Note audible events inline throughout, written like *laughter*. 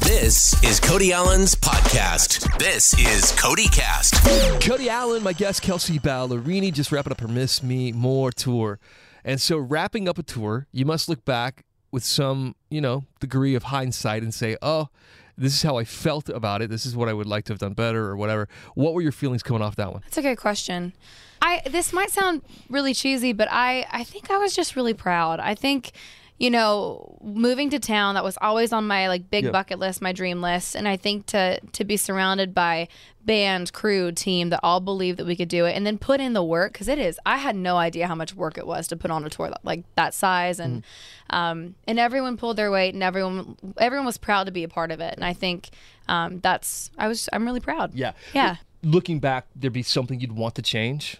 This is Cody Allen's podcast. This is Cody Cast. Cody Allen, my guest Kelsey Ballerini, just wrapping up her Miss Me More tour. And so, wrapping up a tour, you must look back with some, you know, degree of hindsight and say, oh, this is how I felt about it. This is what I would like to have done better or whatever. What were your feelings coming off that one? That's a good question. I this might sound really cheesy, but I I think I was just really proud. I think you know, moving to town that was always on my like big Yeah. bucket list, my dream list, and I think to to be surrounded by band, crew, team that all believed that we could do it, and then put in the work because it is. I had no idea how much work it was to put on a tour that, like that size, and um, and everyone pulled their weight, and everyone everyone was proud to be a part of it, and I think um, that's I was I'm really proud. yeah. Looking back, there'd be something you'd want to change?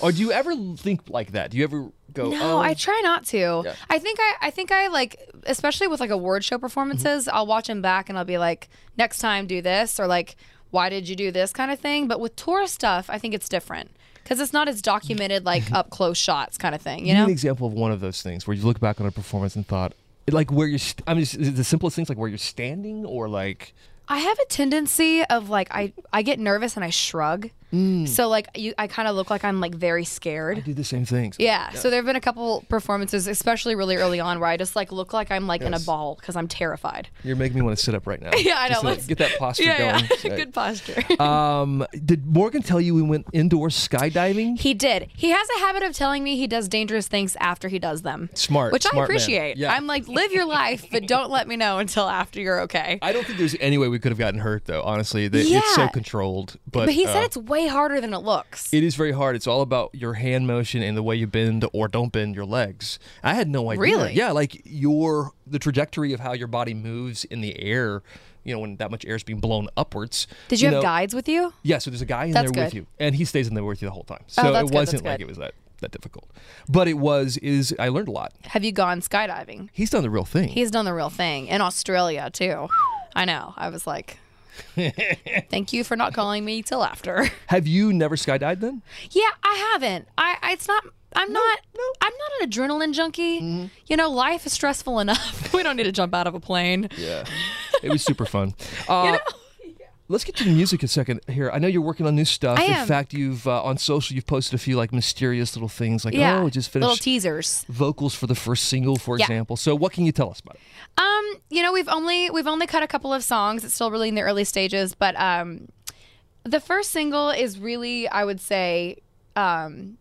Or do you ever think like that? Do you ever go, No, oh, I try not to. I think I, I think I like, especially with like award show performances, I'll watch them back and I'll be like, next time do this or like, why did you do this kind of thing. But with tour stuff, I think it's different because it's not as documented like up close shots kind of thing. You Give me know, an example of one of those things where you look back on a performance and thought, like where you're, st- I mean, is it the simplest things like where you're standing or like, I have a tendency of like I I get nervous and I shrug. So like you, I kind of look like I'm like very scared. do the same things. Yeah. So there have been a couple performances, especially really early on, where I just like look like I'm like in a Yes. ball because I'm terrified. You're making me want to sit up right now. *laughs* Yeah, I know. Just to Let's- get that posture yeah, going. yeah. *laughs* good posture. Um, did Morgan tell you we went indoor skydiving? He did. He has a habit of telling me he does dangerous things after he does them. Smart, Which I smart man. appreciate. Yeah. I'm like, live your life, but don't let me know until after you're okay. I don't think there's any way we could have gotten hurt though. Honestly, that it's so Yeah. controlled. But, but he uh, said it's way harder than it looks. it is very hard. It's all about your hand motion and the way you bend or don't bend your legs. I had no idea. Really? Yeah, like your the trajectory of how your body moves in the air. You know, when that much air is being blown upwards. did you, have know- guides with you? Yeah, so there's a guy in That's there with good. Oh, you, and he stays in there with you the whole time. So that's it good, that's wasn't like good. it was that that difficult, but it was. Is I learned a lot. Have you gone skydiving? He's done the real thing. He's done the real thing in Australia too. I know. I was like, *laughs* thank you for not calling me till after. *laughs* have you never skydived then? Yeah, I haven't. I, I it's not. I'm not. I'm not an adrenaline junkie. Mm-hmm. You know, life is stressful enough. *laughs* we don't need to jump out of a plane. Yeah. it was super *laughs* fun. Uh, Let's get to the music a second here. I know you're working on new stuff. I In am. fact, you've uh, on social you've posted a few like mysterious little things like Yeah. oh, just little finished teasers. vocals for the first single, for Yeah. example. So what can you tell us about it? Um, you know, we've only we've only cut a couple of songs. It's still really in the early stages, but um, the first single is really, I would say, um,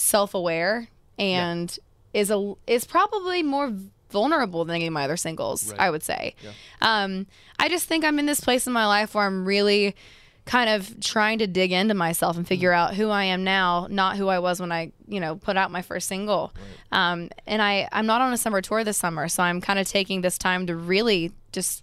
self-aware and is a is probably more vulnerable than any of my other singles. I would say. Um, I just think I'm in this place in my life where I'm really kind of trying to dig into myself and figure out who I am now, not who I was when I, you know, put out my first single. Um, and I, I'm not on a summer tour this summer, so I'm kind of taking this time to really just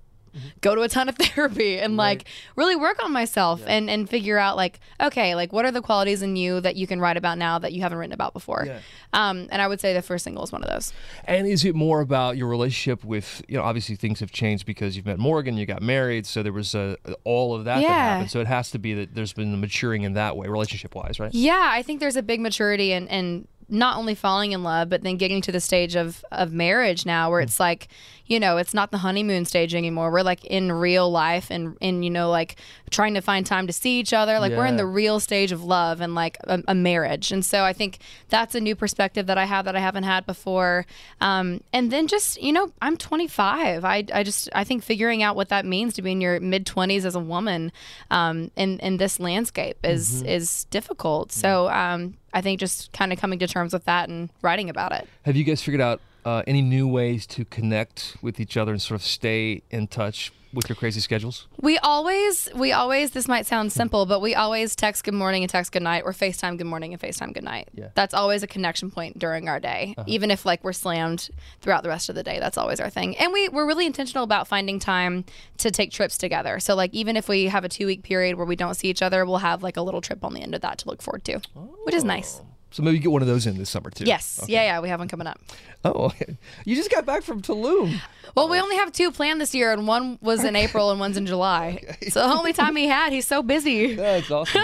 go to a ton of *laughs* therapy and like really work on myself and and figure out like okay like what are the qualities in you that you can write about now that you haven't written about before um and i would say the first single is one of those And is it more about your relationship with you know obviously things have changed because you've met Morgan, you got married, so there was uh, all of that that Yeah. happened. So it has to be that there's been maturing in that way, relationship wise, right? Yeah, I think there's a big maturity and and not only falling in love, but then getting to the stage of of marriage now where it's like, you know, it's not the honeymoon stage anymore. We're like in real life and and you know like trying to find time to see each other. Like we're in Yeah. the real stage of love and like a, a marriage. And so I think that's a new perspective that I have that I haven't had before. Um, and then just you know, I'm 25. I I just I think figuring out what that means to be in your mid 20s as a woman um, in in this landscape is is difficult. So um, I think just kind of coming to terms with that and writing about it. Have you guys figured out uh, any new ways to connect with each other and sort of stay in touch with your crazy schedules? We always, we always, this might sound simple, but we always text good morning and text good night or FaceTime good morning and FaceTime good night. Yeah. Uh-huh. That's always a connection point during our day. Even if like we're slammed throughout the rest of the day, that's always our thing. And we, we're really intentional about finding time to take trips together. So like even if we have a two week period where we don't see each other, we'll have like a little trip on the end of that to look forward to, which is nice. So maybe you get one of those in this summer too. Yes. Oh, Okay. Yeah, yeah, we have one coming up. Oh, okay. you just got back from Tulum. Well, we only have two planned this year, and one was in April and one's *laughs* in July. So the only time he had, he's so busy. That's *laughs* awesome.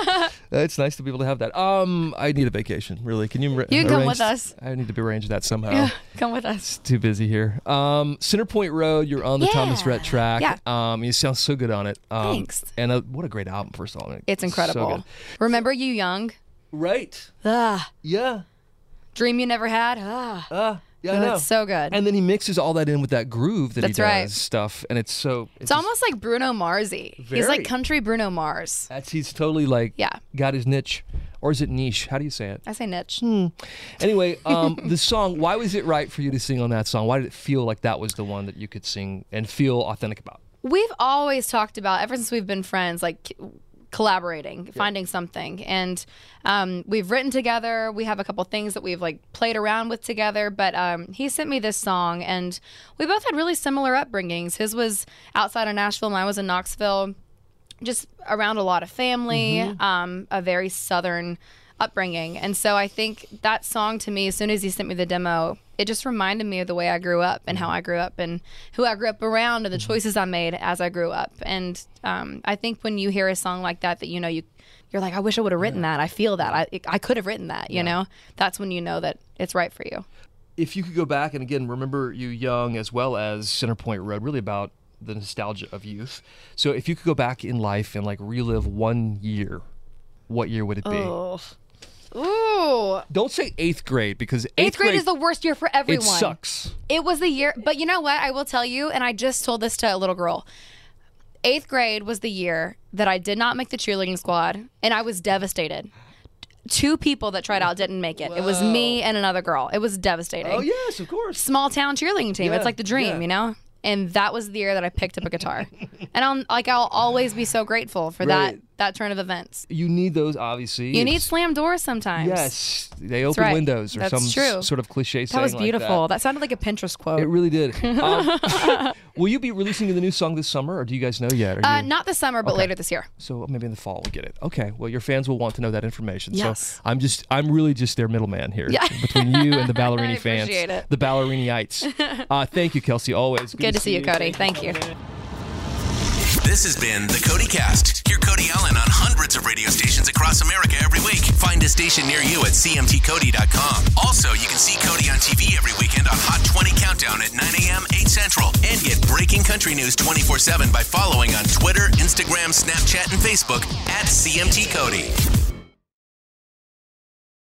it's nice to be able to have that. Um, I need a vacation, really. Can you? You can come with us. I need to arrange that somehow. Yeah, come with us. It's too busy here. Um, Center Point Road. You're on the Thomas Yeah. Rhett track. Yeah. Um, you sound so good on it. Um, Thanks. And uh what a great album, first of all. I mean, It's so incredible. good. Remember you young? right. Ugh. Yeah. Dream you never had? Ugh. Uh, yeah. I Oh, know. it's so good. and then he mixes all that in with that groove that he That's does right. stuff, and it's so. it's almost like Bruno Marsy. He's Very. like country Bruno Mars. That's he's totally like Yeah. got his niche, or is it niche? How do you say it? Hmm. I say niche. Anyway, *laughs* um, the song. Why was it right for you to sing on that song? Why did it feel like that was the one that you could sing and feel authentic about? We've always talked about ever since we've been friends, like c- collaborating, finding something, and um, we've written together. We have a couple things that we've like played around with together. But um, he sent me this song, and we both had really similar upbringings. His was outside of Nashville, mine was in Knoxville. just around a lot of family, Mm-hmm. um, a very southern upbringing. And so I think that song to me, as soon as he sent me the demo, it just reminded me of the way I grew up and Mm-hmm. how I grew up and who I grew up around and the choices I made as I grew up. And um, I think when you hear a song like that, that you know you, you're like, I wish I would have written that. I feel that I I could have written that. You know, that's when you know that it's right for you. If you could go back and again remember you young as well as Centerpoint Road, really about the nostalgia of youth. So if you could go back in life and like relive one year, what year would it be? Oh, ooh, Don't say eighth grade because eighth, eighth grade is the worst year for it everyone. sucks. It was the year, but you know what? I will tell you, and I just told this to a little girl. Eighth grade was the year that I did not make the cheerleading squad, and I was devastated. Two people that tried out didn't make it. It was me and another girl. It was devastating. Oh yes, of course. Small town cheerleading team. Yeah, It's like the dream, yeah. you know? And that was the year that I picked up a *laughs* guitar. and I'll like I'll always be so grateful for that Right. that turn of events. You need those obviously. You need It's- slam doors sometimes. Yes, they open right. windows or That's some s- true. sort of cliche. That was beautiful. that. sounded like a Pinterest quote. Uh, It really *laughs* did. Um, *laughs* will you be releasing the new song this summer, or do you guys know yet? Are uh, you- not this summer, but later this year. so maybe in the fall we'll get it. Okay. Well, your fans will want to know that information. Yes. So I'm just, I'm really just their middleman here between you *laughs* and the Ballerini I fans, appreciate it. the *laughs* Balleriniites. Uh, thank you, Kelsey. Always Good to see you, Cody. Thank you. This has been the Cody Cast. Hear Cody Allen on hundreds of radio stations across America every week. Find a station near you at cmtcody.com. Also, you can see Cody on TV every weekend on Hot 20 Countdown at 9 a.m., 8 Central, and get breaking country news 24 7 by following on Twitter, Instagram, Snapchat, and Facebook at CMT Cody.